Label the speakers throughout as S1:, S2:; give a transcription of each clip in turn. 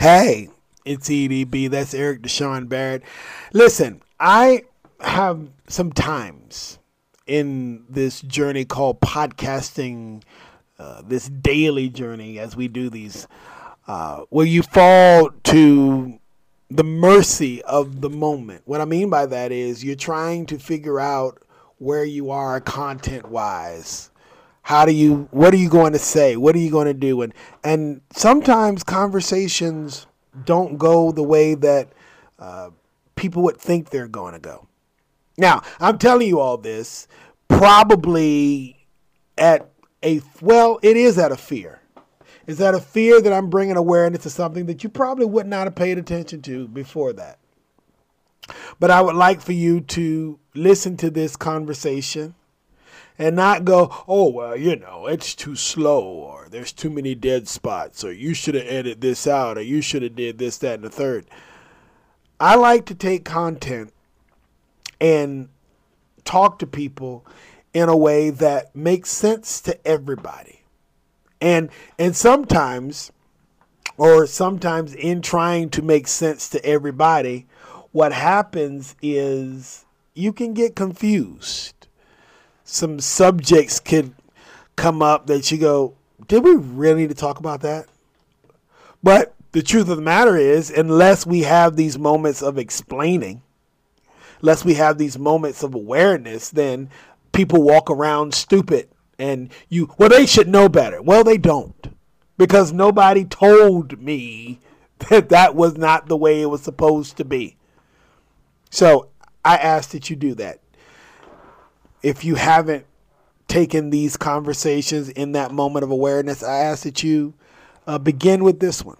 S1: Hey, it's EDB. That's Eric Deshaun Barrett. Listen, I have some times in this journey called podcasting, uh, this daily journey as we do these, uh, where you fall to the mercy of the moment. What I mean by that is you're trying to figure out where you are content wise. How do you what are you going to say? What are you going to do? And and sometimes conversations don't go the way that uh, people would think they're going to go. Now, I'm telling you all this probably at a well, it is at a fear. Is that a fear that I'm bringing awareness to something that you probably would not have paid attention to before that? But I would like for you to listen to this conversation and not go, oh, well, you know, it's too slow or there's too many dead spots or you should have edited this out or you should have did this, that, and the third. I like to take content and talk to people in a way that makes sense to everybody and and sometimes or sometimes in trying to make sense to everybody what happens is you can get confused some subjects could come up that you go did we really need to talk about that but the truth of the matter is unless we have these moments of explaining unless we have these moments of awareness then people walk around stupid and you well they should know better well they don't because nobody told me that that was not the way it was supposed to be so i ask that you do that if you haven't taken these conversations in that moment of awareness i ask that you uh, begin with this one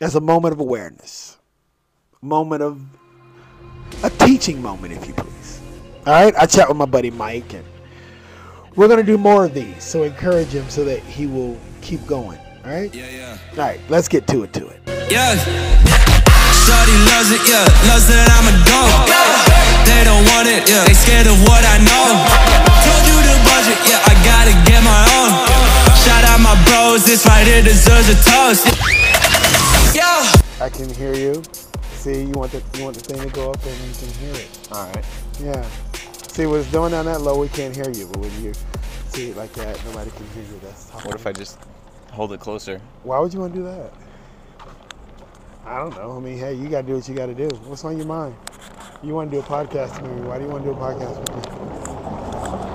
S1: as a moment of awareness moment of a teaching moment if you please all right i chat with my buddy mike and we're gonna do more of these, so encourage him so that he will keep going. All right.
S2: Yeah, yeah.
S1: All right. Let's get to it. To it.
S2: Yeah. Shorty loves it, yeah. Loves that I'm a go. They don't want it, yeah. They scared of what I know. Told you the budget, yeah. I gotta get my own. Shout out my bros, this right here deserves a toast. Yeah.
S1: I can hear you. See, you want the you want the thing to go up and you can hear it. All right. Yeah. See what it's doing down that low, we can't hear you. But when you see it like that, nobody can hear you. That's how
S3: What if I just hold it closer?
S1: Why would you want to do that? I don't know. I mean, hey, you gotta do what you gotta do. What's on your mind? You want to do a podcast with me? Why do you want to do a podcast with me?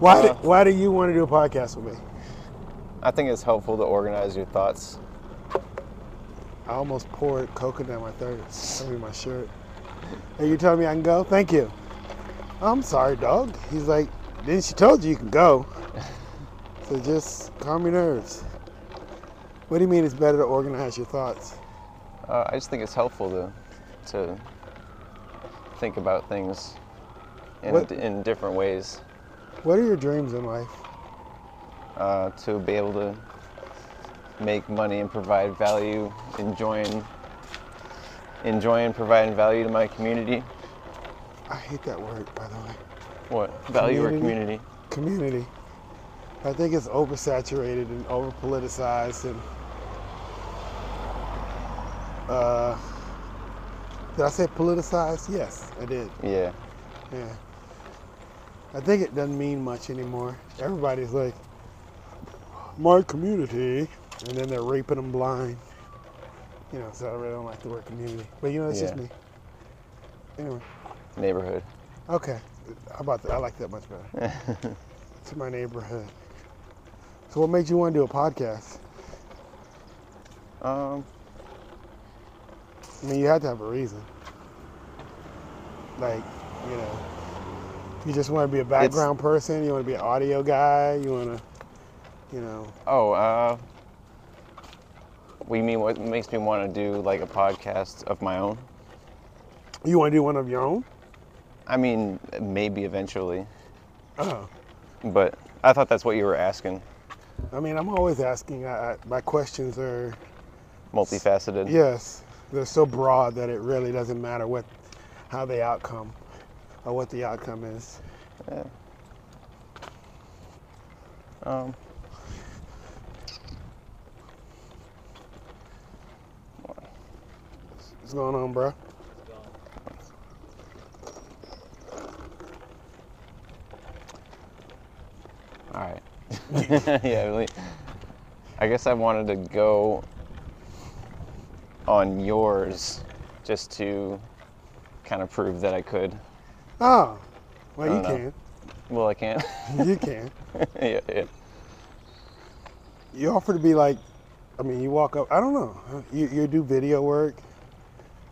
S1: Why,
S3: Uh,
S1: do, why do you want to do a podcast with me?
S3: I think it's helpful to organize your thoughts.
S1: I almost poured coconut in my third. I mean, my shirt. And you telling me I can go? Thank you. I'm sorry, dog. He's like, then she told you you can go. So just calm your nerves. What do you mean it's better to organize your thoughts?
S3: Uh, I just think it's helpful to to think about things in
S1: What-
S3: in different ways
S1: What are your dreams in life?
S3: uh, to be able to make money and provide value, enjoying enjoying providing value to my community.
S1: I hate that word, by the way.
S3: What value or
S1: Community. Community.
S3: community?
S1: I think it's oversaturated and over politicized and. Uh, did I say politicized? Yes, I did.
S3: Yeah.
S1: Yeah. I think it doesn't mean much anymore. Everybody's like, my community, and then they're raping them blind. You know, so I really don't like the word community. But you know, it's just
S3: Yeah.
S1: me. Anyway,
S3: Neighborhood.
S1: okay. How about that? I like that much better. to my neighborhood. So, what made you want to do a podcast?
S3: Um,
S1: I mean, you had to have a reason. Like, you know, you just want to be a background person. You want to be an audio guy. You want to, you know,
S3: Oh, uh, we mean what makes me want to do like a podcast of my own?
S1: you want to do one of your own.
S3: I mean, maybe eventually,
S1: Oh,
S3: but I thought that's what you were asking.
S1: I mean, I'm always asking. I, I, my questions are
S3: Multifaceted.
S1: yes, they're so broad that it really doesn't matter what, how they outcome, or what the outcome is.
S3: Um,
S1: What's going on, bro?
S3: All right. yeah, really. I guess I wanted to go on yours just to kind of prove that I could.
S1: Oh, well, you
S3: I don't know.
S1: can.
S3: Well, I can't.
S1: You can.
S3: yeah, yeah.
S1: You offer to be like, I mean, you walk up. I don't know. You, you do video work.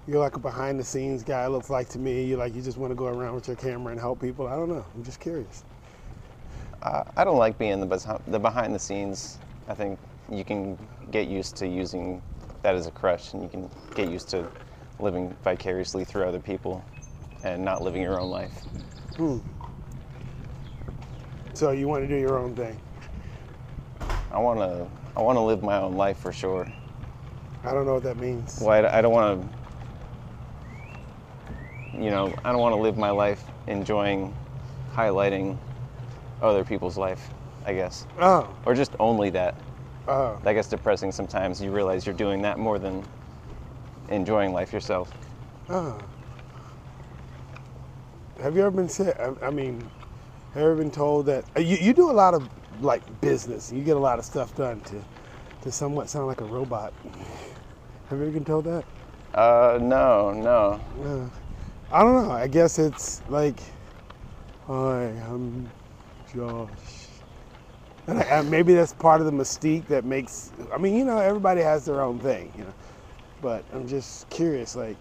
S1: You're like a behind the scenes guy. it Looks like to me. You like you just want to go around with your camera and help people. I don't know. I'm just curious.
S3: I, I don't like being the, bes- the behind the scenes. I think you can get used to using that as a crutch and you can get used to living vicariously through other people and not living your own life.
S1: Hmm. So you want to do your own thing.
S3: I want to I want to live my own life for sure.
S1: I don't know what that means.
S3: Well, I, I don't want to, you know, I don't want to live my life enjoying highlighting other people's life, I guess.
S1: Oh,
S3: Or just only that.
S1: oh,
S3: That gets depressing sometimes. You realize you're doing that more than enjoying life yourself.
S1: oh. Have you ever been sick? I, I mean, have you ever been told that uh, you, you do a lot of like business? You get a lot of stuff done to, to somewhat sound like a robot. Have you ever been told that?
S3: Uh, no, no.
S1: Uh, I don't know. I guess it's like, hi, I'm Josh. And I, and maybe that's part of the mystique that makes. I mean, you know, everybody has their own thing, you know. But I'm just curious, like,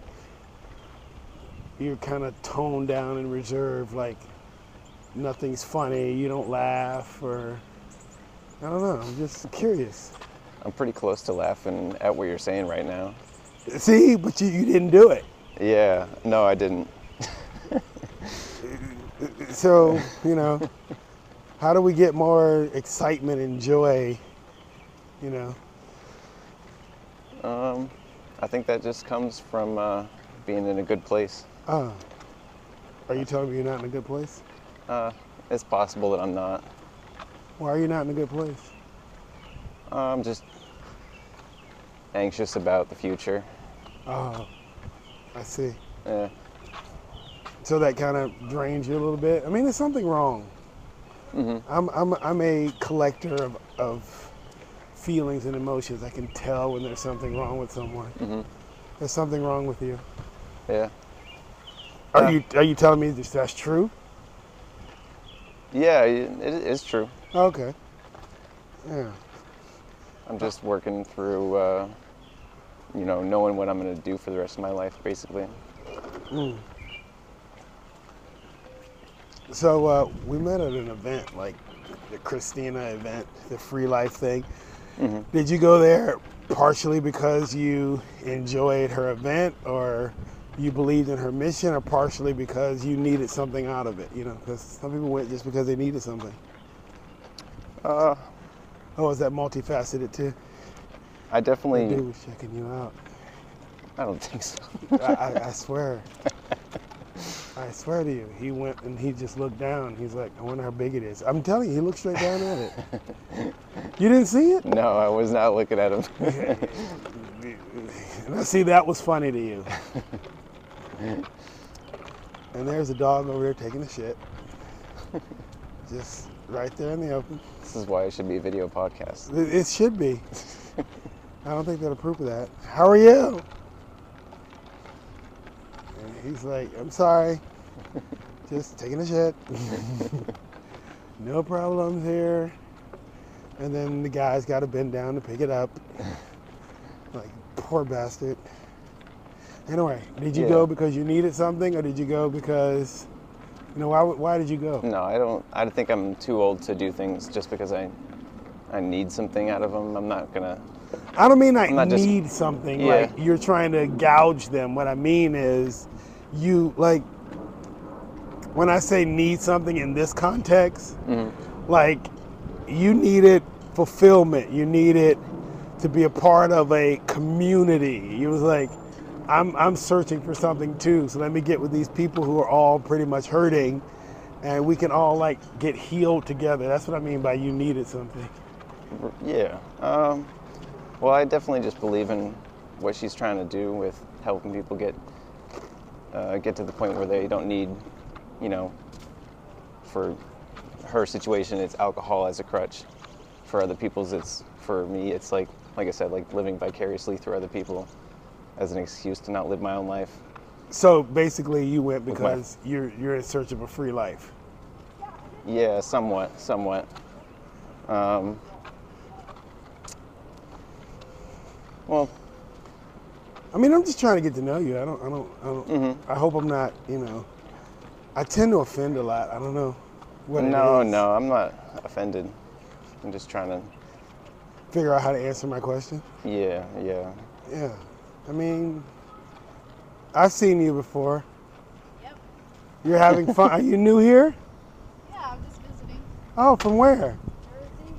S1: you're kind of toned down and reserved, like, nothing's funny, you don't laugh, or I don't know. I'm just curious.
S3: I'm pretty close to laughing at what you're saying right now.
S1: See, but you, you didn't do it.
S3: Yeah, no, I didn't.
S1: So, you know, how do we get more excitement and joy? You know,
S3: Um, I think that just comes from uh, being in a good place.
S1: uh, are you telling me you're not in a good place?
S3: Uh, it's possible that I'm not.
S1: Why are you not in a good place?
S3: I'm just anxious about the future.
S1: Oh, I see.
S3: Yeah.
S1: So that kind of drains you a little bit. I mean, there's something wrong. I'm, I'm, I'm a collector of, of feelings and emotions. I can tell when there's something wrong with someone. There's something wrong with you. Uh,
S3: Yeah.
S1: Are
S3: Yeah.
S1: you are you telling me this, that's true?
S3: Yeah, it it is true.
S1: Okay. Yeah.
S3: I'm just working through, uh, you know, knowing what I'm going to do for the rest of my life, basically.
S1: So uh, we met at an event, like the Christina event, the free life thing. Did you go there partially because you enjoyed her event, or you believed in her mission, or partially because you needed something out of it? You know, because some people went just because they needed something.
S3: Uh,
S1: Oh, is that multifaceted too?
S3: I
S1: The Dude
S3: definitely,
S1: was checking you out.
S3: I don't think so.
S1: I, I, I swear. I swear to you, he went and he just looked down. He's like, I wonder how big it is. I'm telling you, he looked straight down at it. You didn't see it?
S3: No, I was not looking at him.
S1: Now, see, that was funny to you. and there's a dog over there taking a shit. Just right there in the open.
S3: this is why it should be a video podcast.
S1: It, it should be. I don't think they'll approve of that. How are you? And he's like, I'm sorry. Just taking a shit. no problems here. And then the guy's got to bend down to pick it up. Like, poor bastard. Anyway, did you
S3: Yeah.
S1: go because you needed something or did you go because, you know, why, would- why did you go?
S3: No, I don't. I think I'm too old to do things just because I, I need something out of them. I'm not gonna.
S1: I don't mean I
S3: not just-
S1: need something.
S3: Yeah.
S1: Like you're trying to gouge them. What I mean is, you like when I say need something in this context,
S3: Mm-hmm.
S1: like you needed fulfillment. You needed to be a part of a community. You was like, I'm I'm searching for something too. So let me get with these people who are all pretty much hurting, and we can all like get healed together. That's what I mean by you needed something.
S3: Yeah. Um, well, I definitely just believe in what she's trying to do with helping people get uh, get to the point where they don't need, you know, for her situation, it's alcohol as a crutch. For other people's, it's for me, it's like like I said, like living vicariously through other people as an excuse to not live my own life.
S1: So basically, you went
S3: With my-
S1: because you're you're in search of a free life.
S3: Yeah, somewhat, somewhat. Um, well,
S1: I mean, I'm just trying to get to know you. I don't. I don't. I don't.
S3: Mm-hmm.
S1: I hope I'm not. You know, I tend to offend a lot. I don't know. What it
S3: no,
S1: is.
S3: no, I'm not offended. I'm just trying to.
S1: Figure out how to answer my question.
S3: Yeah, yeah.
S1: Yeah. I mean, I've seen you before.
S4: Yep.
S1: You're having fun. Are you new here?
S4: Yeah, I'm just visiting.
S1: Oh, from where?
S4: Jersey.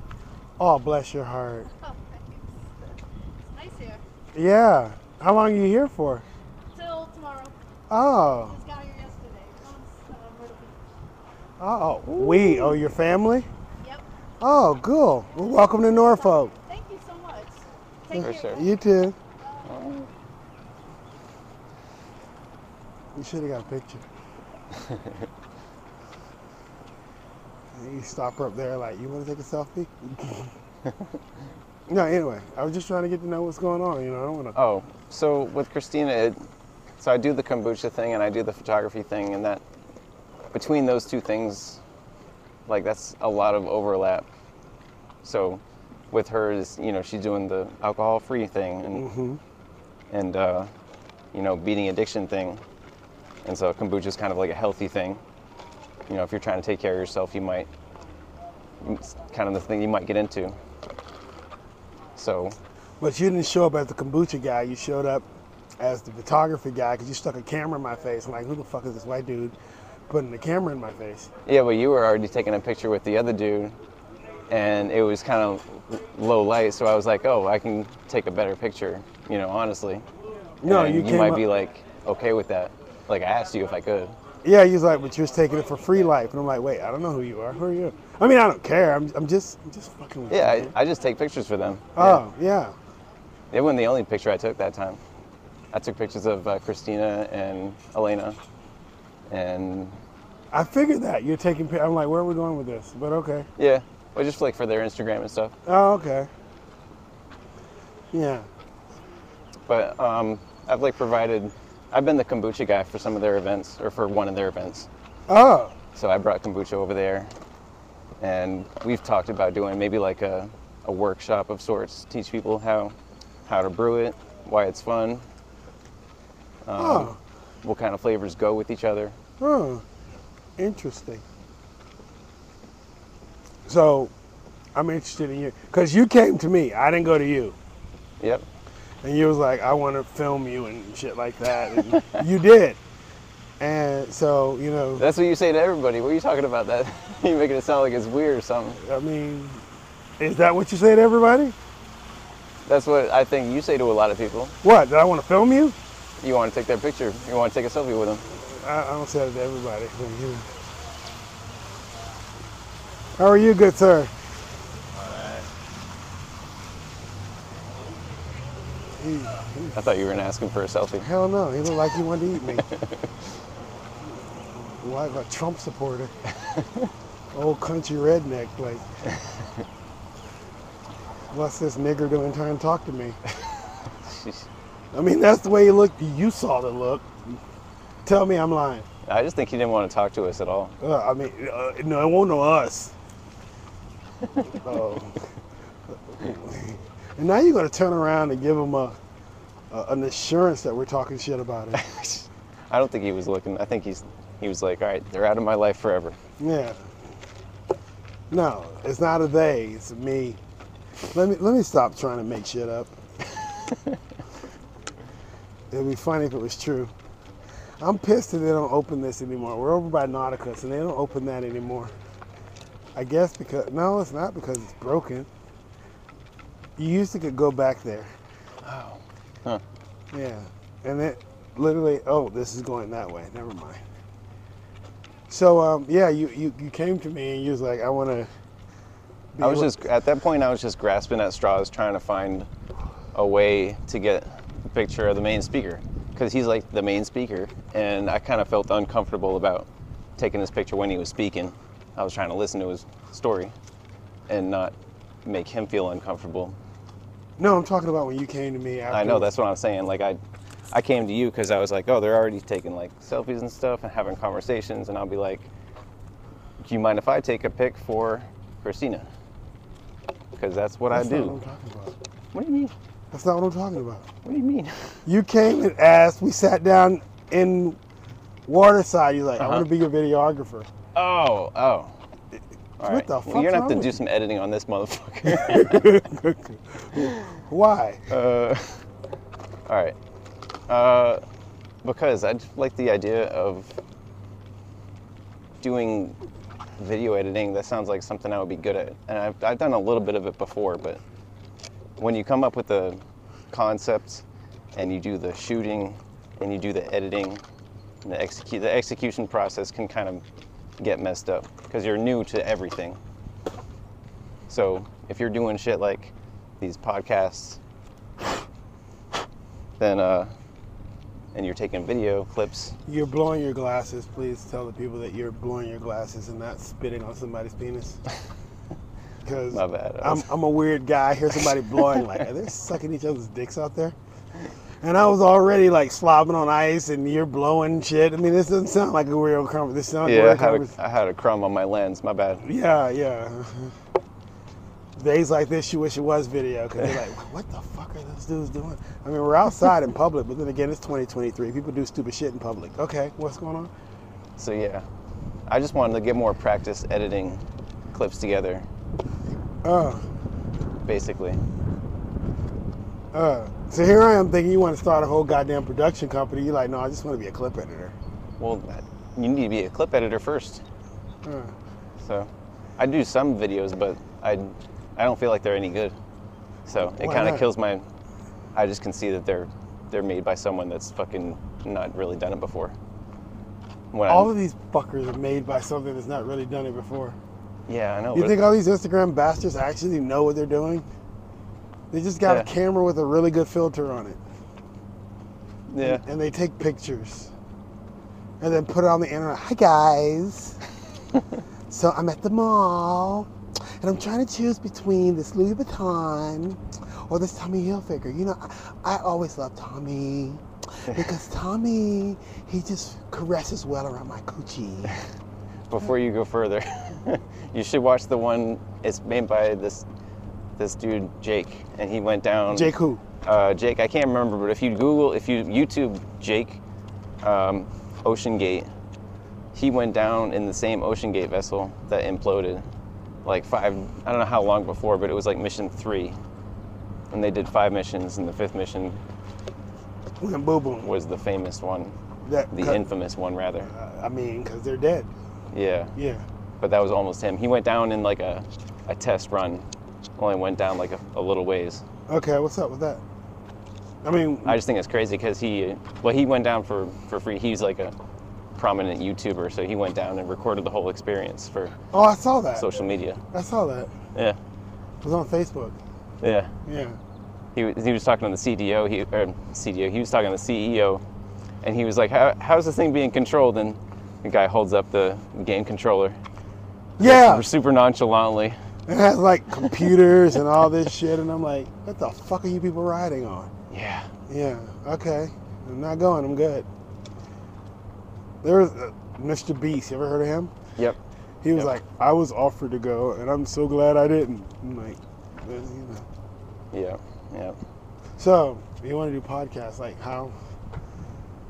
S1: Oh, bless your heart.
S4: Oh, thanks. It's nice here.
S1: Yeah. How long are you here for?
S4: Till tomorrow.
S1: Oh.
S4: Just got here yesterday. Mom's, uh, Myrtle Beach.
S1: Oh. We. Oh, your family?
S4: Yep.
S1: Oh, cool. Well, welcome to Norfolk.
S4: Thank you so much. Take
S3: For
S4: care.
S3: sure.
S1: You too. You should have got a picture. you stop her up there like, you want to take a selfie? no, anyway, I was just trying to get to know what's going on. You know, I don't want to.
S3: Oh, so with Christina, it, so I do the kombucha thing and I do the photography thing, and that between those two things, like that's a lot of overlap. So with her is you know she's doing the alcohol-free thing and and uh, you know beating addiction thing, and so kombucha is kind of like a healthy thing. You know, if you're trying to take care of yourself, you might it's kind of the thing you might get into. So
S1: But you didn't show up as the kombucha guy. You showed up as the photography guy because you stuck a camera in my face. I'm like, who the fuck is this white dude putting the camera in my face?
S3: Yeah, but you were already taking a picture with the other dude, and it was kind of low light, so I was like, oh, I can take a better picture, you know, honestly.
S1: No,
S3: And
S1: you came
S3: might
S1: up-
S3: be like okay with that. Like I asked you if I could.
S1: Yeah, he's like, but you're taking it for free life, and I'm like, wait, I don't know who you are. Who are you? I mean, I don't care. I'm, I'm just, I'm just fucking with you.
S3: Yeah,
S1: dude.
S3: I, I just take pictures for them.
S1: oh yeah.
S3: Yeah. It wasn't the only picture I took that time. I took pictures of uh, Christina and Elena, and
S1: I figured that you're taking. pi- I'm like, where are we going with this? But okay.
S3: yeah, well, just like for their Instagram and stuff.
S1: Oh okay. Yeah.
S3: but um, I've like provided. I've been the kombucha guy for some of their events, or for one of their events.
S1: Oh,
S3: So I brought kombucha over there, and we've talked about doing maybe like a, a workshop of sorts, teach people how how to brew it, why it's fun,
S1: oh,
S3: what kind of flavors go with each other.
S1: oh, interesting. So, I'm interested in you because you came to me. I didn't go to you,
S3: Yep.
S1: and you was like, I want to film you and shit like that, and you did. And so, you know,
S3: That's what you say to everybody. What are you talking about? That you're making it sound like it's weird or something.
S1: I mean, is that what you say to everybody?
S3: That's what I think you say to a lot of people.
S1: What? That I want to film you?
S3: You want to take their picture. You want to take a selfie with them.
S1: I, I don't say that to everybody. but, you know. How are you, good sir?
S3: I thought you were gonna ask him for a selfie.
S1: Hell no, he looked like he wanted to eat me. Why a Trump supporter? Old country redneck, like. What's this nigger doing trying to talk to me? I mean, that's the way he looked. You saw the look. Tell me I'm lying.
S3: I just think he didn't want to talk to us at all.
S1: Uh, I mean, uh, no, it won't know us. Oh. and now you're gonna turn around and give him a, a an assurance that we're talking shit about it.
S3: I don't think he was looking. I think he's he was like, all right, they're out of my life forever.
S1: yeah. No, it's not a they. It's a me. Let me let me stop trying to make shit up. It'd be funny if it was true. I'm pissed that they don't open this anymore. We're over by Nauticus, and they don't open that anymore. I guess because no, it's not because it's broken. You used to could go back there.
S3: Huh.
S1: Yeah, and it literally. Oh, this is going that way. Never mind. So um, yeah, you, you you came to me and you was like, I want to.
S3: I was just at that point. I was just grasping at straws, trying to find a way to get picture of the main speaker because he's like the main speaker, and I kind of felt uncomfortable about taking his picture when he was speaking. I was trying to listen to his story and not make him feel uncomfortable.
S1: No, I'm talking about when you came to me. After
S3: I know that's what I'm saying. Like I, I came to you because I was like, oh, they're already taking like selfies and stuff and having conversations, and I'll be like, do you mind if I take a pic for Christina? Because that's what
S1: That's
S3: I
S1: not
S3: do.
S1: what I'm talking about.
S3: What do you mean?
S1: That's not what I'm talking about.
S3: What do you mean?
S1: You came and asked. We sat down in Waterside. You're like, I
S3: Uh-huh.
S1: want to be your videographer.
S3: Oh, oh. All
S1: the
S3: Well,
S1: fuck's
S3: you're gonna
S1: wrong
S3: have to
S1: with
S3: do
S1: you?
S3: some editing on this motherfucker.
S1: Why?
S3: All right. Uh, because I just like the idea of doing video editing. That sounds like something I would be good at. And I've, I've done a little bit of it before, but when you come up with the concept and you do the shooting and you do the editing, and the, execu- the execution process can kind of get messed up because you're new to everything. So if you're doing shit like these podcasts, then uh, and you're taking video clips,
S1: You're blowing your glasses. Please tell the people that you're blowing your glasses and not spitting on somebody's penis. Because
S3: My bad. I
S1: I'm,
S3: was-
S1: I'm a weird guy. I hear somebody blowing, like, are they sucking each other's dicks out there? And I was already like slobbing on ice and you're blowing shit. I mean, this doesn't sound like a real conversation. This sounds like a
S3: yeah, I
S1: real
S3: had, a,
S1: conversation.
S3: I had a crumb on my lens. My bad.
S1: Yeah, yeah. Days like this, you wish it was video because they're like, what the fuck are those dudes doing? I mean, we're outside in public, but then again, it's 2023. People do stupid shit in public. Okay, what's going on?
S3: So yeah, I just wanted to get more practice editing clips together,
S1: Uh,
S3: basically.
S1: uh. So here I am thinking you want to start a whole goddamn production company. You're like, no, I just want to be a clip editor.
S3: Well, that- you need to be a clip editor first.
S1: Uh,
S3: So I do some videos, but I I don't feel like they're any good. So it
S1: Why
S3: kind of
S1: not?
S3: kills my. I just can see that they're they're made by someone that's fucking not really done it before. When I-
S1: all of these fuckers are made by something that's not really done it before.
S3: yeah, I know.
S1: You
S3: but-
S1: think all these Instagram bastards actually know what they're doing? They just got
S3: Yeah.
S1: a camera with a really good filter on it.
S3: yeah.
S1: and they take pictures and then put it on the internet. Hi guys. so I'm at the mall and I'm trying to choose between this Louis Vuitton or this Tommy Hilfiger. You know, I, I always love Tommy because Tommy, he just caresses well around my coochie.
S3: before you go further, you should watch the one. It's made by this this dude Jake, and he went down.
S1: Jake who?
S3: Uh, Jake, I can't remember, but if you Google, if you YouTube Jake um, Ocean Gate, he went down in the same Ocean Gate vessel that imploded, like five. I don't know how long before, but it was like mission three, and they did five missions, and the fifth mission
S1: Went boo boom.
S3: was the famous one,
S1: That,
S3: the infamous one rather.
S1: I mean, because they're dead.
S3: Yeah.
S1: Yeah.
S3: but that was almost him. He went down in like a, a test run, only went down like a, a little ways.
S1: Okay, what's up with that? I mean,
S3: I just think it's crazy because he, well, he went down for, for free. He's like a prominent YouTuber, so he went down and recorded the whole experience for
S1: oh, I saw that.
S3: social media.
S1: I saw that.
S3: Yeah,
S1: It was on Facebook.
S3: yeah.
S1: Yeah.
S3: He, was- he was talking to the CDO, he, er, or CDO, he was talking to the CEO, and he was like, How, how's this thing being controlled? And the guy holds up the game controller
S1: Yeah,
S3: super nonchalantly.
S1: it has like computers and all this shit, and I'm like, what the fuck are you people riding on?
S3: Yeah.
S1: Yeah, okay, I'm not going. I'm good. There was uh, Mr. Beast. You ever heard of him?
S3: Yep.
S1: He was
S3: Yep.
S1: like, I was offered to go, and I'm so glad I didn't. I'm like, well, you know.
S3: Yeah. Yep.
S1: So you want to do podcasts? Like how?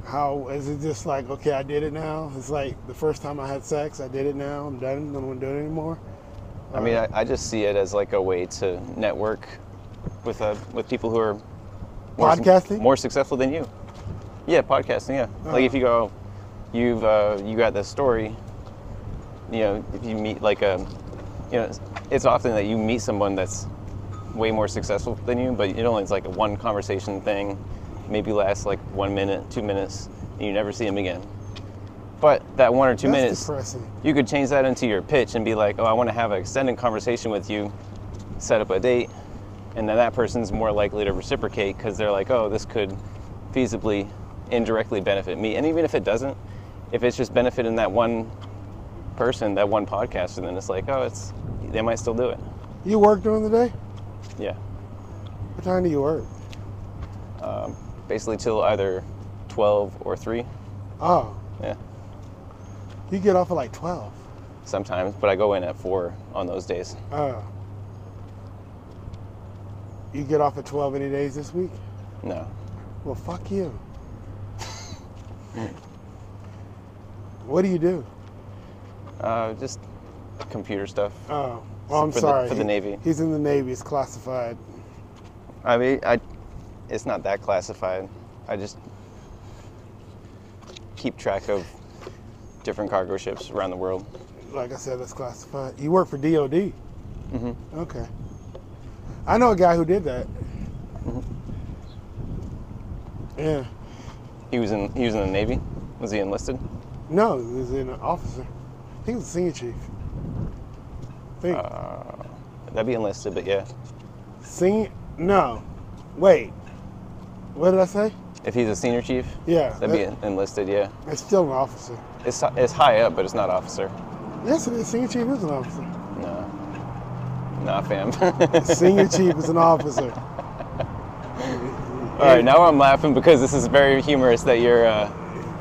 S1: How is it just like okay? I did it now. It's like the first time I had sex. I did it now. I'm done. I don't want to do it anymore.
S3: I mean, I, I just see it as like a way to network with uh, with people who are more,
S1: Podcasting? Oh.
S3: more successful than you. Yeah, podcasting. Yeah, like if you go, you've uh, you got this story. You know, if you meet like a, you know, it's- it's often that you meet someone that's way more successful than you, but it only is like a one conversation thing, maybe lasts like one minute, two minutes, and you never see them again. But that one or two
S1: That's
S3: minutes,
S1: depressing.
S3: you could change that into your pitch and be like, oh, I want to have an extended conversation with you, set up a date, and then that person's more likely to reciprocate because they're like, oh, this could feasibly indirectly benefit me. And even if it doesn't, if it's just benefiting that one person, that one podcaster, then it's like, oh, it's they might still do it.
S1: You work during the day?
S3: Yeah,
S1: What time do you work?
S3: basically till either 12 or 3.
S1: Oh,
S3: Yeah,
S1: you get off at like 12.
S3: sometimes, but I go in at 4 on those days.
S1: Oh. You get off at 12 any days this week?
S3: No,
S1: Well, fuck you. what do you do?
S3: uh, just computer stuff.
S1: Oh, well, I'm
S3: For the-
S1: sorry.
S3: for the
S1: He-
S3: Navy.
S1: He's in the Navy. It's classified.
S3: I mean, I, it's not that classified. I just keep track of different cargo ships around the world.
S1: Like I said, that's classified. You work for DOD. Mm-hmm. Okay. I know a guy who did that.
S3: Mm-hmm.
S1: Yeah.
S3: He was in he was in the Navy. Was he enlisted?
S1: No, he was an officer. I think he was a senior chief. I think.
S3: Uh. That'd be enlisted, but yeah.
S1: Senior? No. Wait. What did I say?
S3: If he's a senior chief,
S1: Yeah.
S3: that'd be enlisted. Yeah,
S1: It's still an officer.
S3: it's it's high up, but it's not officer.
S1: Yes, it is. Senior chief is an officer.
S3: No, nah, fam.
S1: Senior chief is an officer.
S3: All right, now I'm laughing because this is very humorous that you're uh,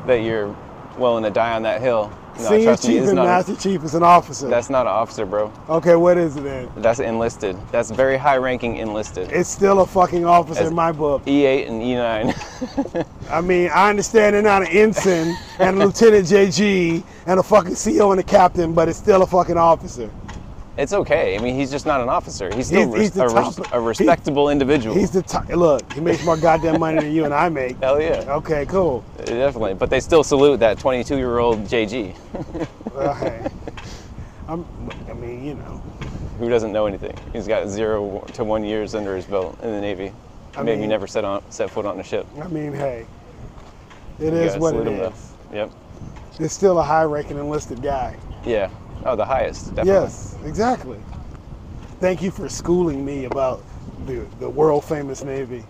S3: that you're willing to die on that hill. No,
S1: Senior
S3: trust me,
S1: chief
S3: it's
S1: and
S3: not.
S1: master chief is an officer.
S3: that's not an officer, bro.
S1: okay, what is it then?
S3: That's enlisted. That's very high-ranking enlisted.
S1: It's still a fucking officer
S3: As-
S1: in my book.
S3: E8 and E E9.
S1: I mean, I understand they're not an ensign and a lieutenant JG and a fucking CO and a captain, but it's still a fucking officer.
S3: it's okay. I mean, he's just not an officer. He's still
S1: He's- he's the
S3: res- a, res-
S1: top-
S3: a respectable individual.
S1: He's the top. Look, he makes more goddamn money than you and I make.
S3: Hell yeah,
S1: Okay, cool.
S3: definitely. But they still salute that 22-year-old JG,
S1: Well, hey, I'm, I mean, you know.
S3: who doesn't know anything. He's got zero to one years under his belt in the Navy.
S1: I
S3: Maybe
S1: mean-
S3: never set on set foot on a ship.
S1: I mean, hey, it
S3: You
S1: is
S3: gotta
S1: what it
S3: salute him,
S1: is.
S3: though. Yep.
S1: It's still a high-ranking enlisted guy.
S3: Yeah. Oh, the highest. Definitely.
S1: Yes, exactly. Thank you for schooling me about the the world famous Navy.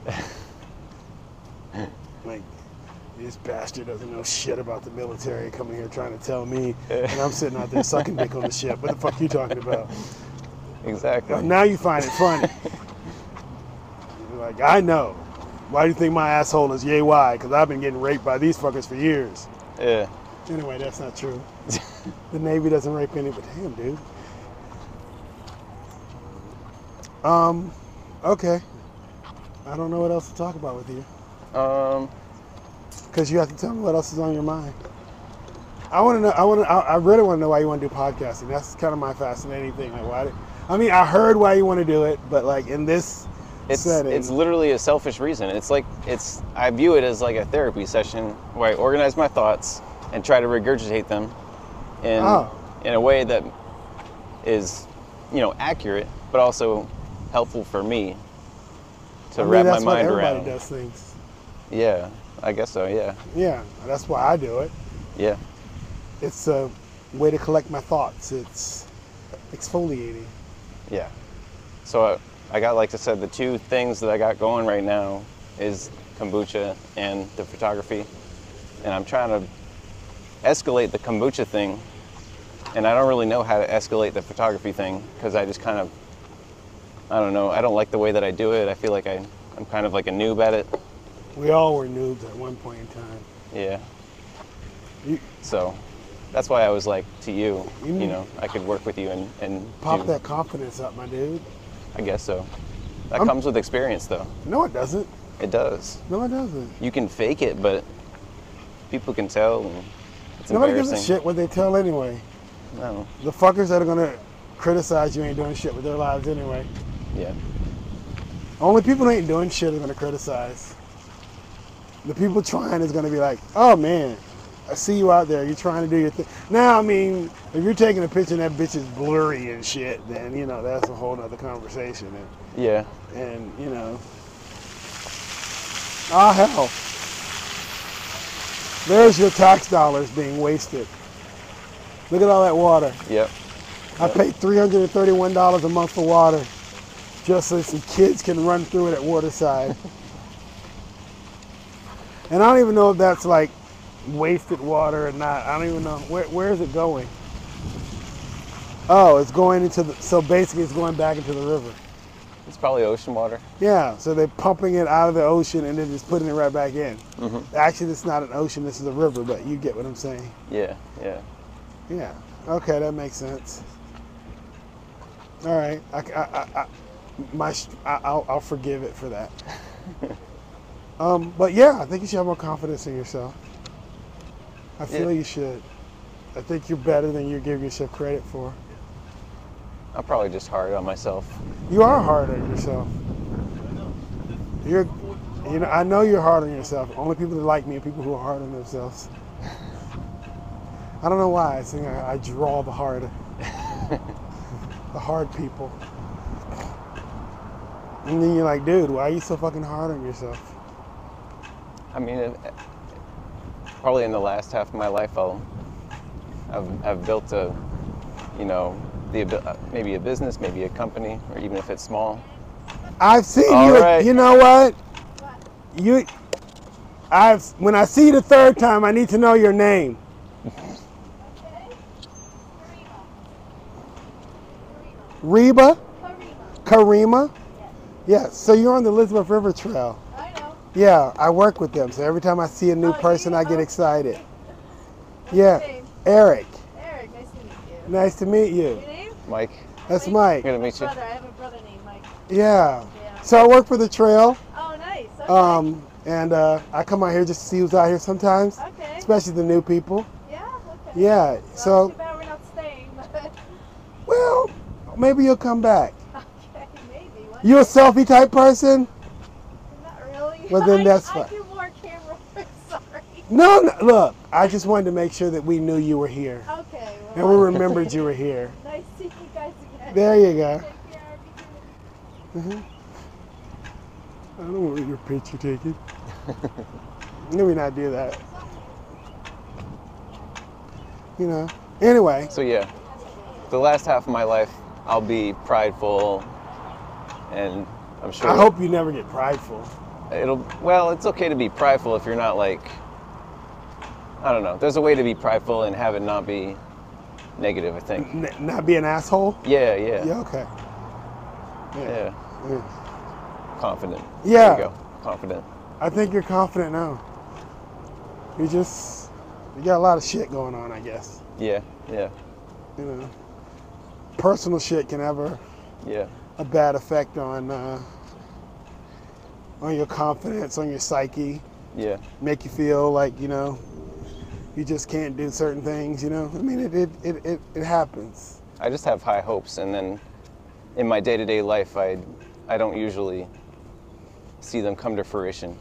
S1: like this bastard doesn't know shit about the military coming here trying to tell me, and I'm sitting out there sucking dick on the ship. What the fuck you talking about?
S3: Exactly.
S1: Like, now you find it funny. You're like I know. Why do you think my asshole is yay wide? Because I've been getting raped by these fuckers for years.
S3: Yeah.
S1: Anyway, that's not true. the Navy doesn't rape any, but damn, dude. Um, okay. I don't know what else to talk about with you,
S3: Um.
S1: cause you have to tell me what else is on your mind. I want to know. I want to. I, I really want to know why you want to do podcasting. That's kind of my fascinating thing. Like, why? Did, I mean, I heard why you want to do it, but like in this
S3: It's
S1: setting,
S3: it's literally a selfish reason. It's like it's I view it as like a therapy session where I organize my thoughts and try to regurgitate them in
S1: Oh.
S3: in a way that is you know accurate but also helpful for me to
S1: I mean,
S3: wrap my
S1: that's what
S3: mind
S1: everybody
S3: around.
S1: does things.
S3: Yeah, I guess so. Yeah,
S1: Yeah, that's why I do it.
S3: yeah.
S1: It's a way to collect my thoughts. It's exfoliating.
S3: Yeah. So I, I got, like I said, the two things that I got going right now is kombucha and the photography. And I'm trying to escalate the kombucha thing. And I don't really know how to escalate the photography thing because I just kind of, I don't know, I don't like the way that I do it. I feel like I, I'm kind of like a noob at it.
S1: We all were noobs at one point in time.
S3: Yeah.
S1: You
S3: So that's why I was like to you,
S1: You
S3: you
S1: need-
S3: know, I could work with you and, and
S1: Mm. pop
S3: do-
S1: that confidence up, my dude.
S3: I guess so. That
S1: I'm-
S3: comes with experience though.
S1: No, it doesn't.
S3: It does.
S1: No, it doesn't.
S3: you can fake it, but people can tell. And it's
S1: Nobody gives
S3: embarrassing.
S1: a shit what they tell anyway.
S3: No.
S1: The fuckers that are gonna criticize you ain't doing shit with their lives anyway.
S3: Yeah.
S1: Only people who ain't doing shit are gonna criticize. The people trying is gonna be like, oh man, I see you out there. You're trying to do your thing. Now, I mean, if you're taking a picture and that bitch is blurry and shit, then you know that's a whole nother conversation. And
S3: Yeah.
S1: and you know, ah hell, there's your tax dollars being wasted. Look at all that water.
S3: Yep.
S1: I paid three hundred and thirty-one dollars a month for water. just so some kids can run through it at Waterside. and I don't even know if that's like wasted water or not. I don't even know where where is it going. Oh, it's going into the so basically it's going back into the river.
S3: It's probably ocean water.
S1: Yeah, so they're pumping it out of the ocean and then just putting it right back in. Actually, it's not an ocean, this is a river, but you get what I'm saying.
S3: Yeah, yeah.
S1: Yeah. Okay, that makes sense. All right. I, I, I, I- my, sh- I, I'll, I'll forgive it for that. um, but yeah, I think you should have more confidence in yourself. I feel
S3: Yeah.
S1: you should. I think you're better than you give yourself credit for.
S3: I'm probably just hard on myself.
S1: You are hard on yourself. You're, you know, I know you're hard on yourself. Only people that like me are people who are hard on themselves. I don't know why. I think I, I draw the hard, the hard people. And then you're like, dude, why are you so fucking hard on yourself?
S3: I mean, it, probably in the last half of my life, I'll, I've, I've built a, you know, the abi- uh, maybe a business, maybe a company, or even if it's small.
S1: I've seen
S3: All
S1: you. at-
S3: right.
S1: You know what? You, I've when I see you the third time, I need to know your name. Reba,
S4: Karima.
S1: Karima. Yeah. So you're on the Elizabeth River Trail.
S4: I know.
S1: Yeah, I work with them. So every time I see a new
S4: Oh, you-
S1: person, I get
S4: oh.
S1: excited. Yeah.
S4: name?
S1: Eric,
S4: Eric, nice to meet you.
S1: nice to meet you.
S4: Your name?
S3: Mike,
S1: That's
S4: Mike?
S1: Mike.
S3: good to meet you.
S4: Brother, I have a brother named Mike.
S1: Yeah.
S4: Yeah.
S1: So I work for the trail.
S4: Oh, nice. Okay.
S1: Um, and uh, I come out here just to see who's out here sometimes,
S4: Okay.
S1: especially the new people.
S4: yeah. Okay.
S1: Yeah.
S4: Well,
S1: So,
S4: Too bad we're not staying, but
S1: well, maybe you'll come back.
S4: okay, maybe. one
S1: You a
S4: day.
S1: selfie type person?
S4: Not really.
S1: Well, then
S4: I-
S1: that's
S4: I,
S1: fine.
S4: do more camera work. Sorry.
S1: No, no. Look, I just wanted to make sure that we knew you were here
S4: Okay.
S1: and we
S4: Well,
S1: remembered you were here.
S4: nice to see you guys again.
S1: There you go.
S4: Take care. Be good.
S1: I don't want your picture taken. Let me not do that. You know. Anyway,
S3: So yeah, the last half of my life, I'll be prideful, and I'm sure
S1: I hope you never get prideful.
S3: it'll. Well, it's okay to be prideful if you're not like, I don't know. There's a way to be prideful and have it not be negative. I think.
S1: N- not be an asshole.
S3: Yeah, yeah,
S1: Yeah. Okay.
S3: yeah.
S1: yeah.
S3: Confident.
S1: Yeah.
S3: There you go. Confident.
S1: I think you're confident now. You just you got a lot of shit going on, I guess.
S3: Yeah, yeah,
S1: You know, personal shit can have a,
S3: yeah.
S1: a bad effect on uh, on your confidence, on your psyche.
S3: Yeah,
S1: Make you feel like you know you just can't do certain things. You know, I mean, it it it, it, it happens.
S3: I just have high hopes, and then in my day-to-day life, I I don't usually see them come to fruition.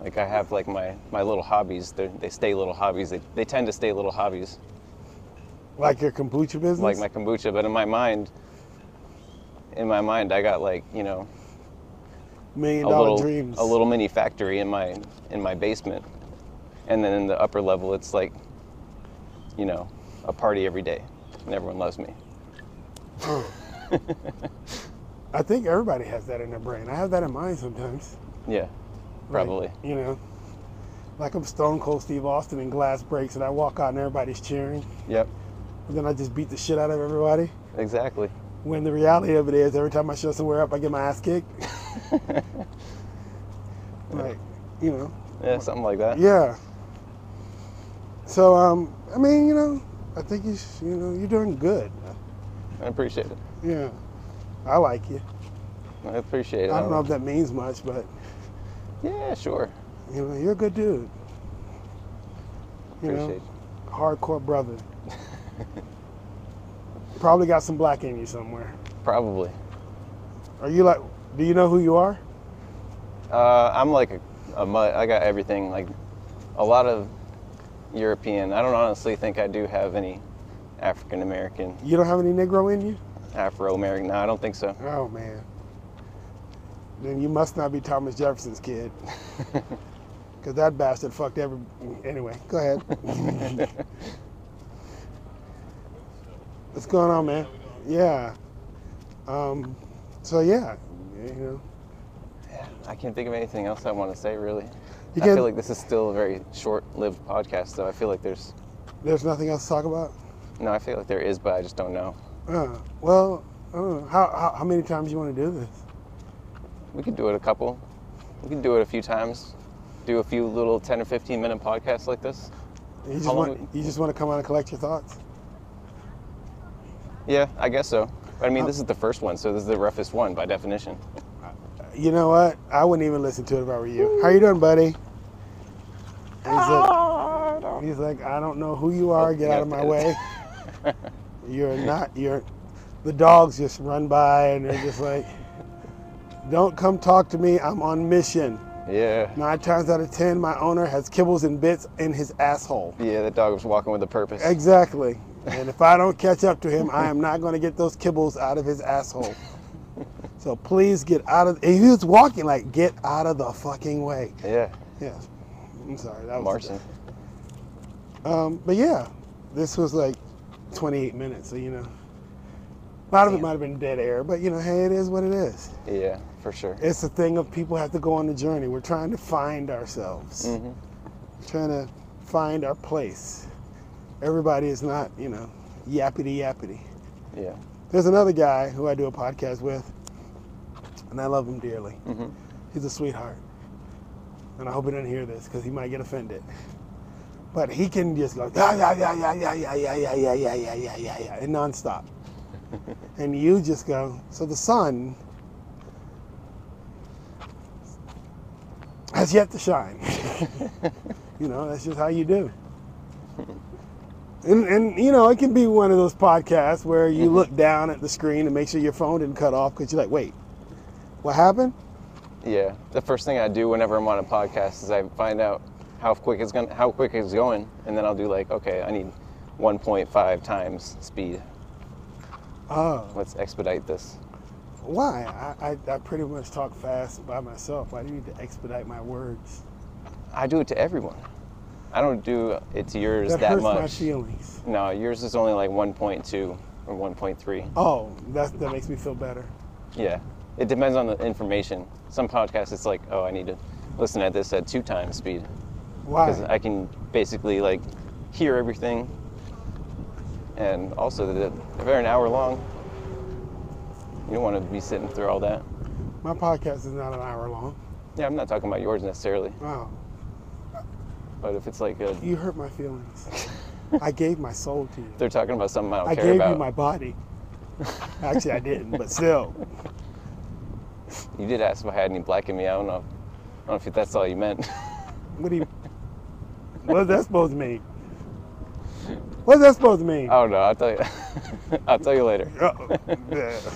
S3: Like I have like my my little hobbies. They they stay little hobbies. They they tend to stay little hobbies,
S1: Like your kombucha business.
S3: like my kombucha. But in my mind, in my mind, I got like you know
S1: million
S3: a
S1: dollar
S3: little
S1: dreams.
S3: a little mini factory in my in my basement, and then in the upper level, it's like you know a party every day, and everyone loves me.
S1: I think everybody has that in their brain. I have that in mine sometimes.
S3: Yeah,
S1: Like,
S3: probably.
S1: you know, like I'm Stone Cold Steve Austin and glass breaks, and I walk out and everybody's cheering.
S3: Yep,
S1: And then I just beat the shit out of everybody.
S3: exactly.
S1: When the reality of it is, every time I show somewhere up, I get my ass kicked. like, you know,
S3: Yeah, something like that.
S1: yeah. So, um, I mean, you know, I think you, sh- you know, you're doing good.
S3: I appreciate it.
S1: Yeah, I like you.
S3: I appreciate it.
S1: I don't know if that means much, but
S3: Yeah, sure.
S1: you know, you're a good dude. You know?
S3: Appreciate it.
S1: hardcore brother. Probably got some black in you somewhere.
S3: Probably.
S1: Are you like? Do you know who you are?
S3: Uh, I'm like a, a mu- I got everything. Like a lot of European. I don't honestly think I do have any African American,
S1: You don't have any Negro in you?
S3: Afro American. No, I don't think so.
S1: Oh man. Then you must not be Thomas Jefferson's kid. Cause that bastard fucked every. Anyway, go ahead. What's going on, man? Yeah. Um, So yeah, you know.
S3: I can't think of anything else I want to say really.
S1: You
S3: I
S1: can-
S3: feel like this is still a very short-lived podcast, so I feel like there's
S1: There's nothing else to talk about.
S3: no. I feel like there is, but I just don't know.
S1: Uh, well, I don't know. How, how how many times you want to do this?
S3: We could do it a couple. We could do it a few times. Do a few little 10 or 15 minute podcasts like this.
S1: You just
S3: How long
S1: want
S3: would-
S1: you just want to come out and collect your thoughts.
S3: Yeah, I guess so. But I mean, this is the first one, so this is the roughest one by definition.
S1: You know what? I wouldn't even listen to it if I were you. How you doing, buddy? He's like, he's like, I don't know who you are. Get out of my way. You're not. You're. The dogs just run by and they're just like, don't come talk to me. I'm on mission.
S3: Yeah.
S1: Nine times out of ten, my owner has kibbles and bits in his asshole.
S3: Yeah, that dog was walking with a purpose.
S1: Exactly. And if I don't catch up to him, I am not going to get those kibbles out of his asshole. So please get out of. and He was walking like, get out of the fucking way.
S3: Yeah,
S1: Yeah. I'm sorry. That was
S3: Martian.
S1: Um, but yeah, this was like 28 minutes. So you know, a lot of it
S3: Damn.
S1: might have been dead air, but you know, hey, it is what it is.
S3: Yeah, for sure.
S1: It's a thing of people have to go on the journey. We're trying to find ourselves.
S3: Mhm.
S1: Trying to find our place. Everybody is not, you know, yappity yappity.
S3: Yeah.
S1: There's another guy who I do a podcast with, and I love him dearly.
S3: Mhm.
S1: He's a sweetheart. And I hope he doesn't hear this because he might get offended. But he can just like, yeah, yeah, yeah, yeah, yeah, yeah, yeah, yeah, yeah, yeah, yeah, yeah, yeah, yeah, and nonstop. and you just go, so the sun has yet to shine. you know, that's just how you do. And, and you know it can be one of those podcasts where you
S3: Mm-hmm.
S1: look down at the screen and make sure your phone didn't cut off because you're like, wait, what happened?
S3: Yeah. The first thing I do whenever I'm on a podcast is I find out how quick it's going, to how quick it's going, and then I'll do like, okay, I need 1.5 times speed.
S1: Oh,
S3: Let's expedite this.
S1: why? I, I, I pretty much talk fast by myself. I need to expedite my words.
S3: I do it to everyone. I don't do it to yours
S1: That,
S3: that,
S1: hurts
S3: much.
S1: my feelings.
S3: No, yours is only like 1.2 or 1.3.
S1: Oh, that that makes me feel better.
S3: Yeah. It depends on the information. Some podcasts, it's like, oh, I need to listen at this at two times speed
S1: Why?
S3: because I can basically like hear everything. And also, the- if they're an hour long, you don't want to be sitting through all that.
S1: my podcast is not an hour long.
S3: Yeah, I'm not talking about yours necessarily,
S1: Wow,
S3: but if it's like a,
S1: you hurt my feelings. I gave my soul to you.
S3: they're talking about something I don't
S1: I
S3: care
S1: gave
S3: about.
S1: you my body. Actually, I didn't, but still.
S3: You did ask if I had any black in me. I don't know. I don't know if that's all you meant.
S1: What do you? What's that supposed to mean? What's that supposed to mean?
S3: I don't know. I'll tell you. I'll tell you later.
S1: Uh-oh. Yeah. Uh,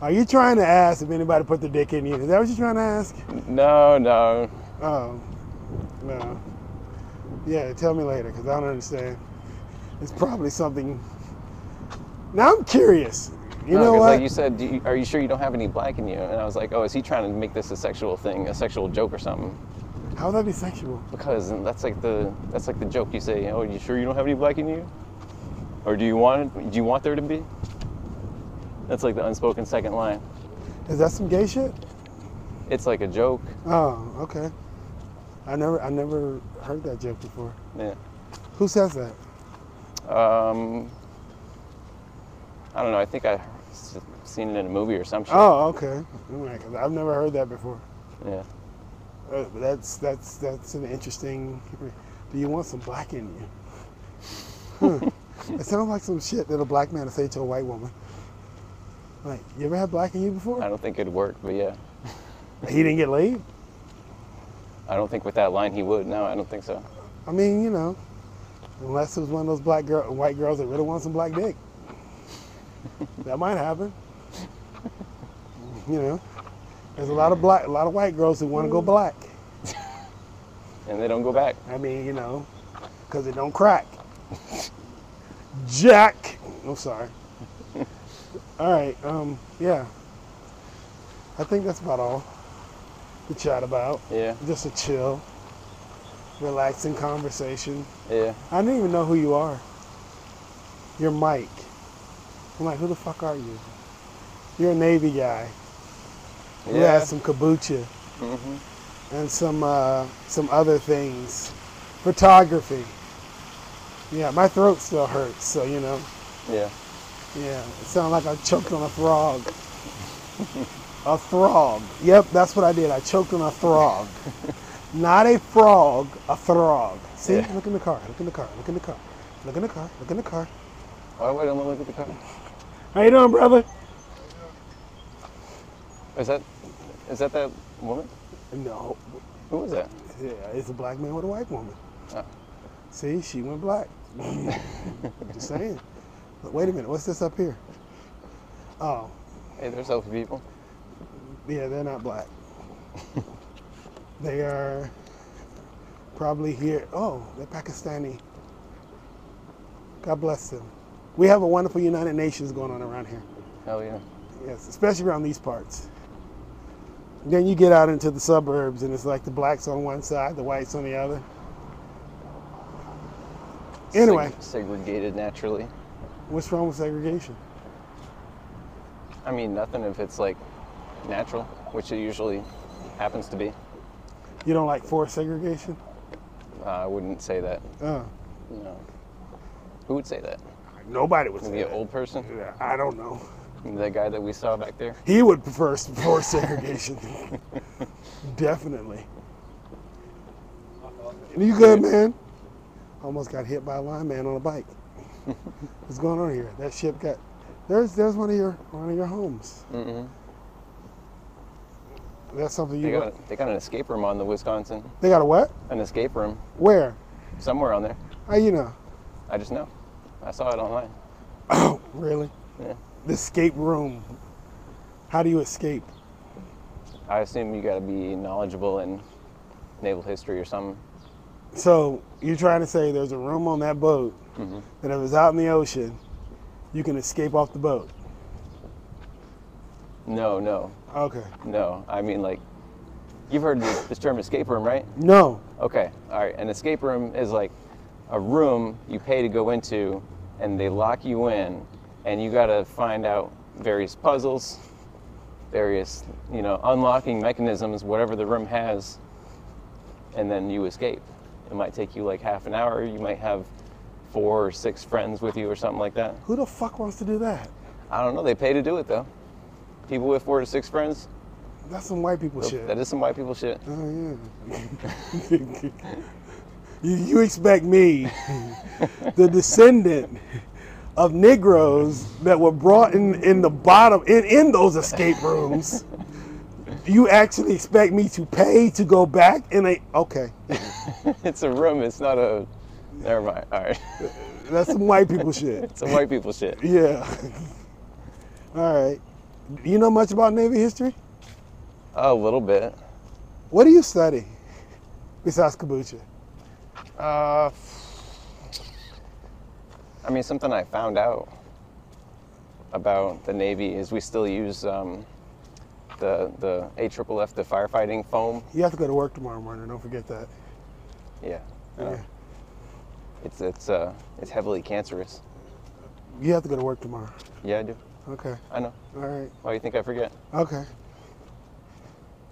S1: Are you trying to ask if anybody put their dick in you? Is that what you're trying to ask?
S3: No, no.
S1: Oh, no. Yeah, tell me later, cause I don't understand. It's probably something. Now I'm curious. You
S3: no,
S1: know
S3: Oh, 'cause
S1: what?
S3: Like you said, do you, are you sure you don't have any black in you? And I was like, oh, is he trying to make this a sexual thing, a sexual joke or something?
S1: How would that be sexual?
S3: Because that's like the that's like the joke you say. Oh, you sure you don't have any black in you? Or do you want it? Do you want there to be? That's like the unspoken second line.
S1: Is that some gay shit?
S3: It's like a joke.
S1: Oh, okay. I never, I never heard that joke before.
S3: Yeah.
S1: Who says that?
S3: Um. I don't know. I think I s- seen it in a movie or some shit.
S1: Oh, okay. All right, 'cause I've never heard that before.
S3: Yeah.
S1: Uh, that's that's that's an interesting. Do you want some black in you? Huh. it sounds like some shit that a black man would say to a white woman. Like, you ever had black in you
S3: I
S1: before?
S3: don't think it'd work, but yeah.
S1: He didn't get laid.
S3: I don't think with that line he would. No, I don't think so.
S1: I mean, you know, unless it was one of those black girl, white girls that really want some black dick. that might happen. You know, there's a lot of black, a lot of white girls who want to go black.
S3: And they don't go back.
S1: I mean, you know, because it don't crack. Jack. I'm sorry. all right. Um. Yeah. I think that's about all to chat about.
S3: Yeah,
S1: Just a chill, relaxing conversation.
S3: yeah.
S1: I didn't even know who you are. You're Mike. I'm like, who the fuck are you? You're a Navy guy.
S3: Yeah.
S1: We had some kombucha and some uh, some other things. Photography. Yeah, my throat still hurts, so you know.
S3: yeah.
S1: Yeah, it sounded like I choked on a frog. a frog. Yep, that's what I did. I choked on a frog. Not a frog, a frog. See,
S3: Yeah.
S1: look in the car. Look in the car. Look in the car. Look in the car. Look in the car.
S3: Why would I only look at the car?
S1: How you doing, brother?
S3: Is that is that that woman?
S1: No,
S3: Who was that?
S1: yeah, it's a black man with a white woman.
S3: Oh.
S1: See, she went black. Just saying. But wait a minute, what's this up here? Oh,
S3: Hey, there's healthy people.
S1: yeah, they're not black. they are probably here. Oh, they're Pakistani. God bless them. We have a wonderful United Nations going on around here.
S3: Hell yeah.
S1: Yes, especially around these parts. Then you get out into the suburbs and it's like the blacks on one side, the whites on the other. Anyway,
S3: Seg- segregated naturally.
S1: what's wrong with segregation?
S3: I mean, nothing if it's like natural, which it usually happens to be.
S1: You don't like forced segregation?
S3: Uh, I wouldn't say that.
S1: Uh,
S3: No. Who would say that?
S1: nobody would say
S3: Maybe an
S1: that.
S3: old person?
S1: Yeah, I don't know.
S3: That guy that we saw back there?
S1: He would prefer s- forced segregation. Definitely. You good, man? Almost got hit by a lineman on a bike. What's going on here? That ship got. There's there's one of your one of your homes.
S3: Mm-mm.
S1: That's something you.
S3: Mm-hmm. They got, they got an escape room on the Wisconsin.
S1: they got a what?
S3: An escape room
S1: Where?
S3: somewhere on there.
S1: How you know?
S3: I just know. I saw it online.
S1: Really?
S3: Yeah.
S1: The escape room. How do you escape?
S3: I assume you got to be knowledgeable in naval history or something.
S1: So you're trying to say there's a room on that boat
S3: Mm-hmm.
S1: that if it's out in the ocean, you can escape off the boat.
S3: No, no,
S1: Okay.
S3: no. I mean, like, you've heard this, this term escape room, right?
S1: No.
S3: Okay, all right. An escape room is like a room you pay to go into, and they lock you in, and you got to find out various puzzles, various, you know, unlocking mechanisms, whatever the room has, and then you escape. It might take you like half an hour. You might have four or six friends with you or something like that.
S1: Who the fuck wants to do that?
S3: I don't know. They pay to do it though. People with four to six friends.
S1: That's some white people shit.
S3: That is some white people shit.
S1: Oh yeah. you, you expect me, the descendant of Negroes that were brought in in the bottom in in those escape rooms. You actually expect me to pay to go back in a okay?
S3: It's a room. It's not a. Never mind. All right.
S1: That's some white people shit.
S3: It's a white people shit.
S1: Yeah. All right. You know much about Navy history?
S3: A little bit.
S1: What do you study besides kombucha?
S3: Uh, I mean, something I found out about the Navy is we still use um, the the AFFF, the firefighting foam.
S1: You have to go to work tomorrow morning. Don't forget that.
S3: Yeah. Uh,
S1: Yeah.
S3: It's it's uh it's heavily cancerous.
S1: You have to go to work tomorrow.
S3: Yeah, I do.
S1: Okay.
S3: I know.
S1: All right.
S3: Why do you think I forget?
S1: Okay.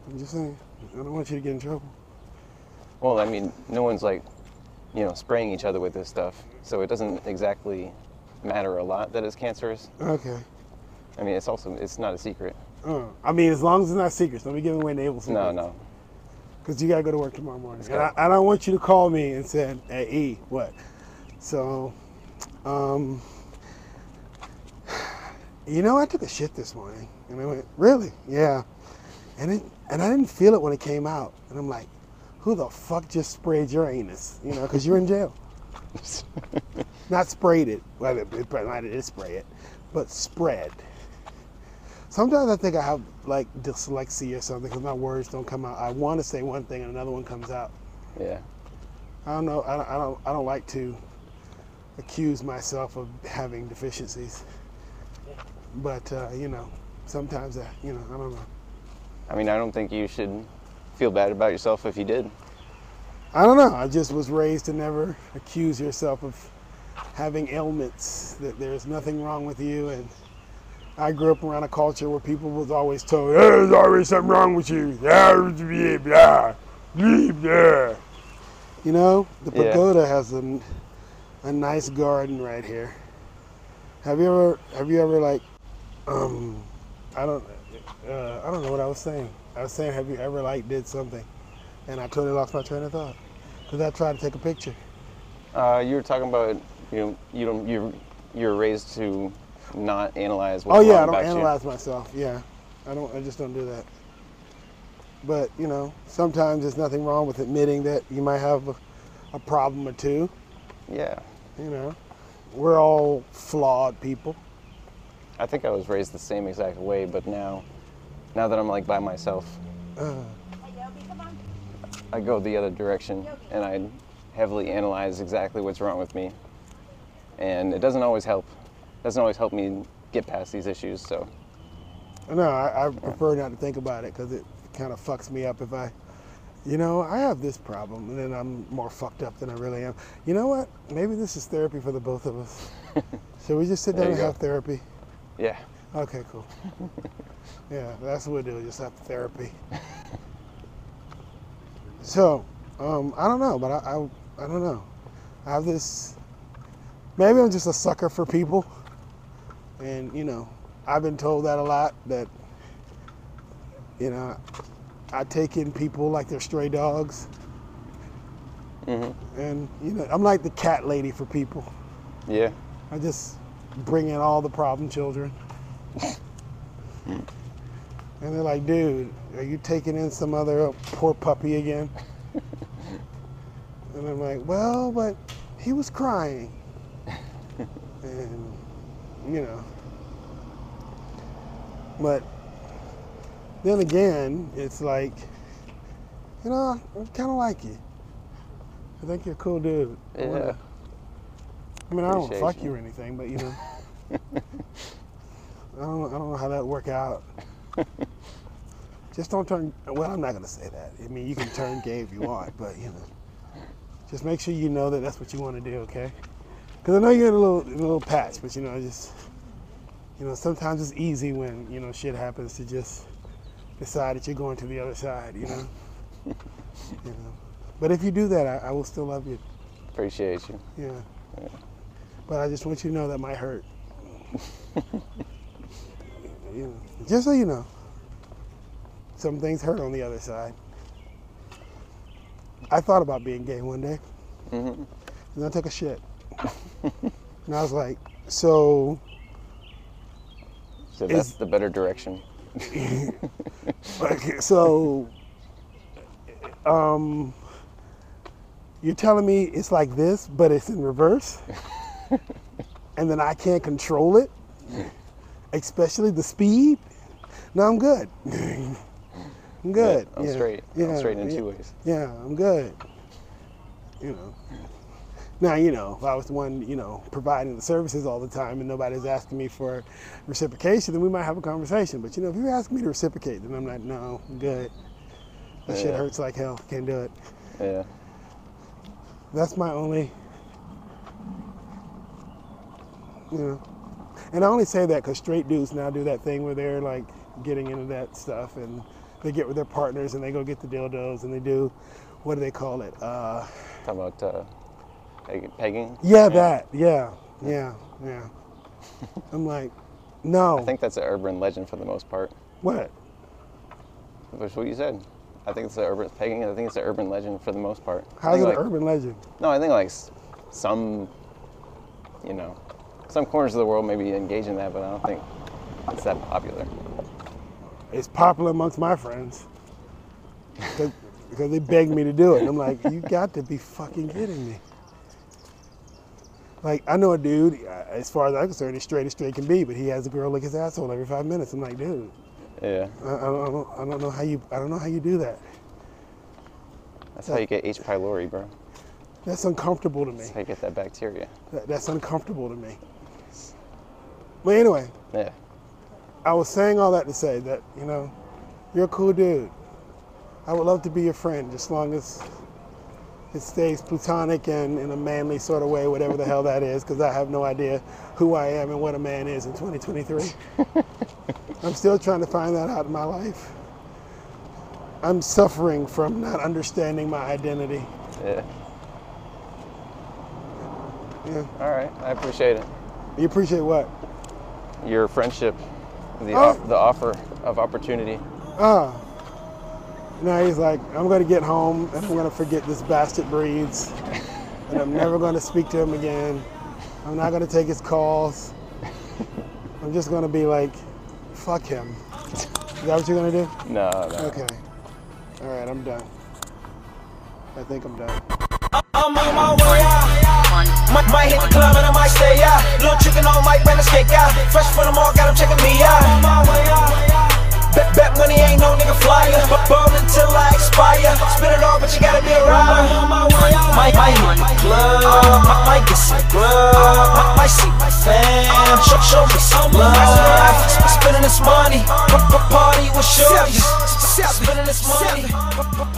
S1: I'm just saying. I don't want you to get in trouble.
S3: Well, I mean, no one's like, you know, spraying each other with this stuff, so it doesn't exactly matter a lot that it's cancerous.
S1: Okay.
S3: I mean, it's also it's not a secret.
S1: Uh, I mean, as long as it's not secrets. Don't be giving away naval secrets.
S3: No, no.
S1: Because you gotta go to work tomorrow morning. And I,
S3: go.
S1: I don't want you to call me and say, "Hey, E, what?" So, um, you know, I took a shit this morning, and I went, "Really? Yeah." And it, and I didn't feel it when it came out, and I'm like, "Who the fuck just sprayed your anus?" You know, because you're in jail. Not sprayed it. Well, it, it, I did spray it, but spread. Sometimes I think I have like dyslexia or something because my words don't come out. I want to say one thing and another one comes out.
S3: yeah.
S1: I don't know. I don't, I don't. I don't like to accuse myself of having deficiencies. But uh, you know, sometimes I, you know, I don't know.
S3: I mean, I don't think you should feel bad about yourself if you did.
S1: I don't know. I just was raised to never accuse yourself of having ailments. That there's nothing wrong with you, and I grew up around a culture where people was always told, "There's always something wrong with you. There's blah, blah, blah, blah." You know, the
S3: Yeah.
S1: pagoda has a, a nice garden right here. Have you ever? Have you ever like? Um, I don't. Uh, I don't know what I was saying. I was saying, have you ever like did something? And I totally lost my train of thought because I tried to take a picture.
S3: Uh, you were talking about you know you don't you you're raised to not analyze. What's
S1: Oh yeah, I
S3: wrong
S1: don't
S3: about you.
S1: analyze myself. Yeah, I don't. I just don't do that. But you know, sometimes there's nothing wrong with admitting that you might have a, a problem or two.
S3: Yeah,
S1: You know, we're all flawed people.
S3: I think I was raised the same exact way, but now, now that I'm like by myself,
S4: Hey, Yogi, come on.
S3: I go the other direction and I heavily analyze exactly what's wrong with me, and it doesn't always help. Doesn't always help me get past these issues. So
S1: No, I, I prefer not to think about it because it kind of fucks me up if I, you know, I have this problem and then I'm more fucked up than I really am. You know what? Maybe this is therapy for the both of us. Should we just sit
S3: There
S1: down
S3: you
S1: and
S3: go.
S1: have therapy?
S3: yeah,
S1: Okay, cool. yeah, that's what we'll do. Just have therapy. so, um, I don't know, but I, I, I don't know. I have this. Maybe I'm just a sucker for people, and you know, I've been told that a lot. That you know, I take in people like they're stray dogs. And you know, I'm like the cat lady for people.
S3: yeah,
S1: I just bring in all the problem children. and they're like, dude, are you taking in some other poor puppy again? and I'm like, well, but he was crying. and, you know. But then again, it's like, you know, I kind of like you. I think you're a cool dude. I wanna-
S3: yeah.
S1: I mean, I don't
S3: Appreciate
S1: fuck
S3: you.
S1: you or anything, but you know, I don't, I don't know how that work out. just don't turn. Well, I'm not gonna say that. I mean, you can turn gay if you want, but you know, just make sure you know that that's what you want to do, okay? Because I know you're in a little, in a little patch, but you know, I just, you know, sometimes it's easy when you know shit happens to just decide that you're going to the other side, you know. you know, but if you do that, I, I will still love you.
S3: Appreciate you.
S1: Yeah. But I just want you to know that might hurt. you know, just so you know, some things hurt on the other side. I thought about being gay one day,
S3: Mhm.
S1: and I took a shit, and I was like, so
S3: So that's
S1: Is-
S3: the better direction.
S1: Okay, so, um, you're telling me it's like this, but it's in reverse, and then I can't control it, especially the speed. No, I'm good. I'm good.
S3: I'm
S1: yeah,
S3: straight.
S1: Yeah.
S3: I'm straight in
S1: yeah,
S3: two ways.
S1: Yeah, I'm good. You know. Now you know if I was the one you know providing the services all the time and nobody's asking me for reciprocation, then we might have a conversation. But you know if you're asking me to reciprocate, then I'm like, no, I'm good. That shit
S3: Yeah.
S1: hurts like hell. Can't do it.
S3: Yeah.
S1: That's my only. You know, and I only say that because straight dudes now do that thing where they're like getting into that stuff and they get with their partners and they go get the dildos and they do, what do they call it? Uh,
S3: Talking about uh, peg- pegging.
S1: Yeah, that. Yeah, yeah, yeah. I'm like, no.
S3: I think that's an urban legend for the most part.
S1: what?
S3: Which is what you said. I think it's an urban pegging. I think it's an urban legend for the most part. I
S1: How's it
S3: think
S1: an
S3: like-
S1: urban legend?
S3: No, I think like s- some, you know, some corners of the world maybe engage in that, but I don't think it's that popular.
S1: It's popular amongst my friends 'Cause- because they begged me to do it. And I'm like, you got to be fucking kidding me. Like, I know a dude, uh, as far as I'm concerned, he's straight as straight can be, but he has a girl lick his asshole every five minutes. I'm like, dude,
S3: Yeah,
S1: I, I, don't, I, don't, I don't know how you, I don't know how you do that.
S3: that's how you get H. pylori, bro.
S1: That's uncomfortable to me.
S3: That's how you get that bacteria.
S1: That, that's uncomfortable to me. But anyway,
S3: Yeah,
S1: I was saying all that to say that, you know, you're a cool dude. I would love to be your friend just long as It stays platonic and in a manly sort of way, whatever the hell that is, because I have no idea who I am and what a man is in 2023. I'm still trying to find that out in my life. I'm suffering from not understanding my identity.
S3: Yeah.
S1: Yeah.
S3: All right. I appreciate it.
S1: You appreciate what?
S3: Your friendship, the,
S1: Oh.
S3: off, the offer of opportunity.
S1: Ah. Now he's like, I'm gonna get home and I'm gonna forget this bastard breeds, and I'm never gonna speak to him again. I'm not gonna take his calls. I'm just gonna be like, fuck him. Is that what you're gonna do?
S3: No, no.
S1: Okay. All right, I'm done. I think I'm done.
S5: I'm on my way out. Might, might hit the club and I might stay out. Little chicken on Mike, man, let's kick out. Fresh from the mall, got 'em checking me out. I'm on my way out. Bet, bet money ain't no nigga flyer. But burn until I expire. Spit it all, but you gotta be a rider. I'm on my way out. Might, might hit the club. Might, might get some grub. Might, might see my fam. Show, show me some love. Spending this money. P- p- Party with shorties. Spending this money. P- p-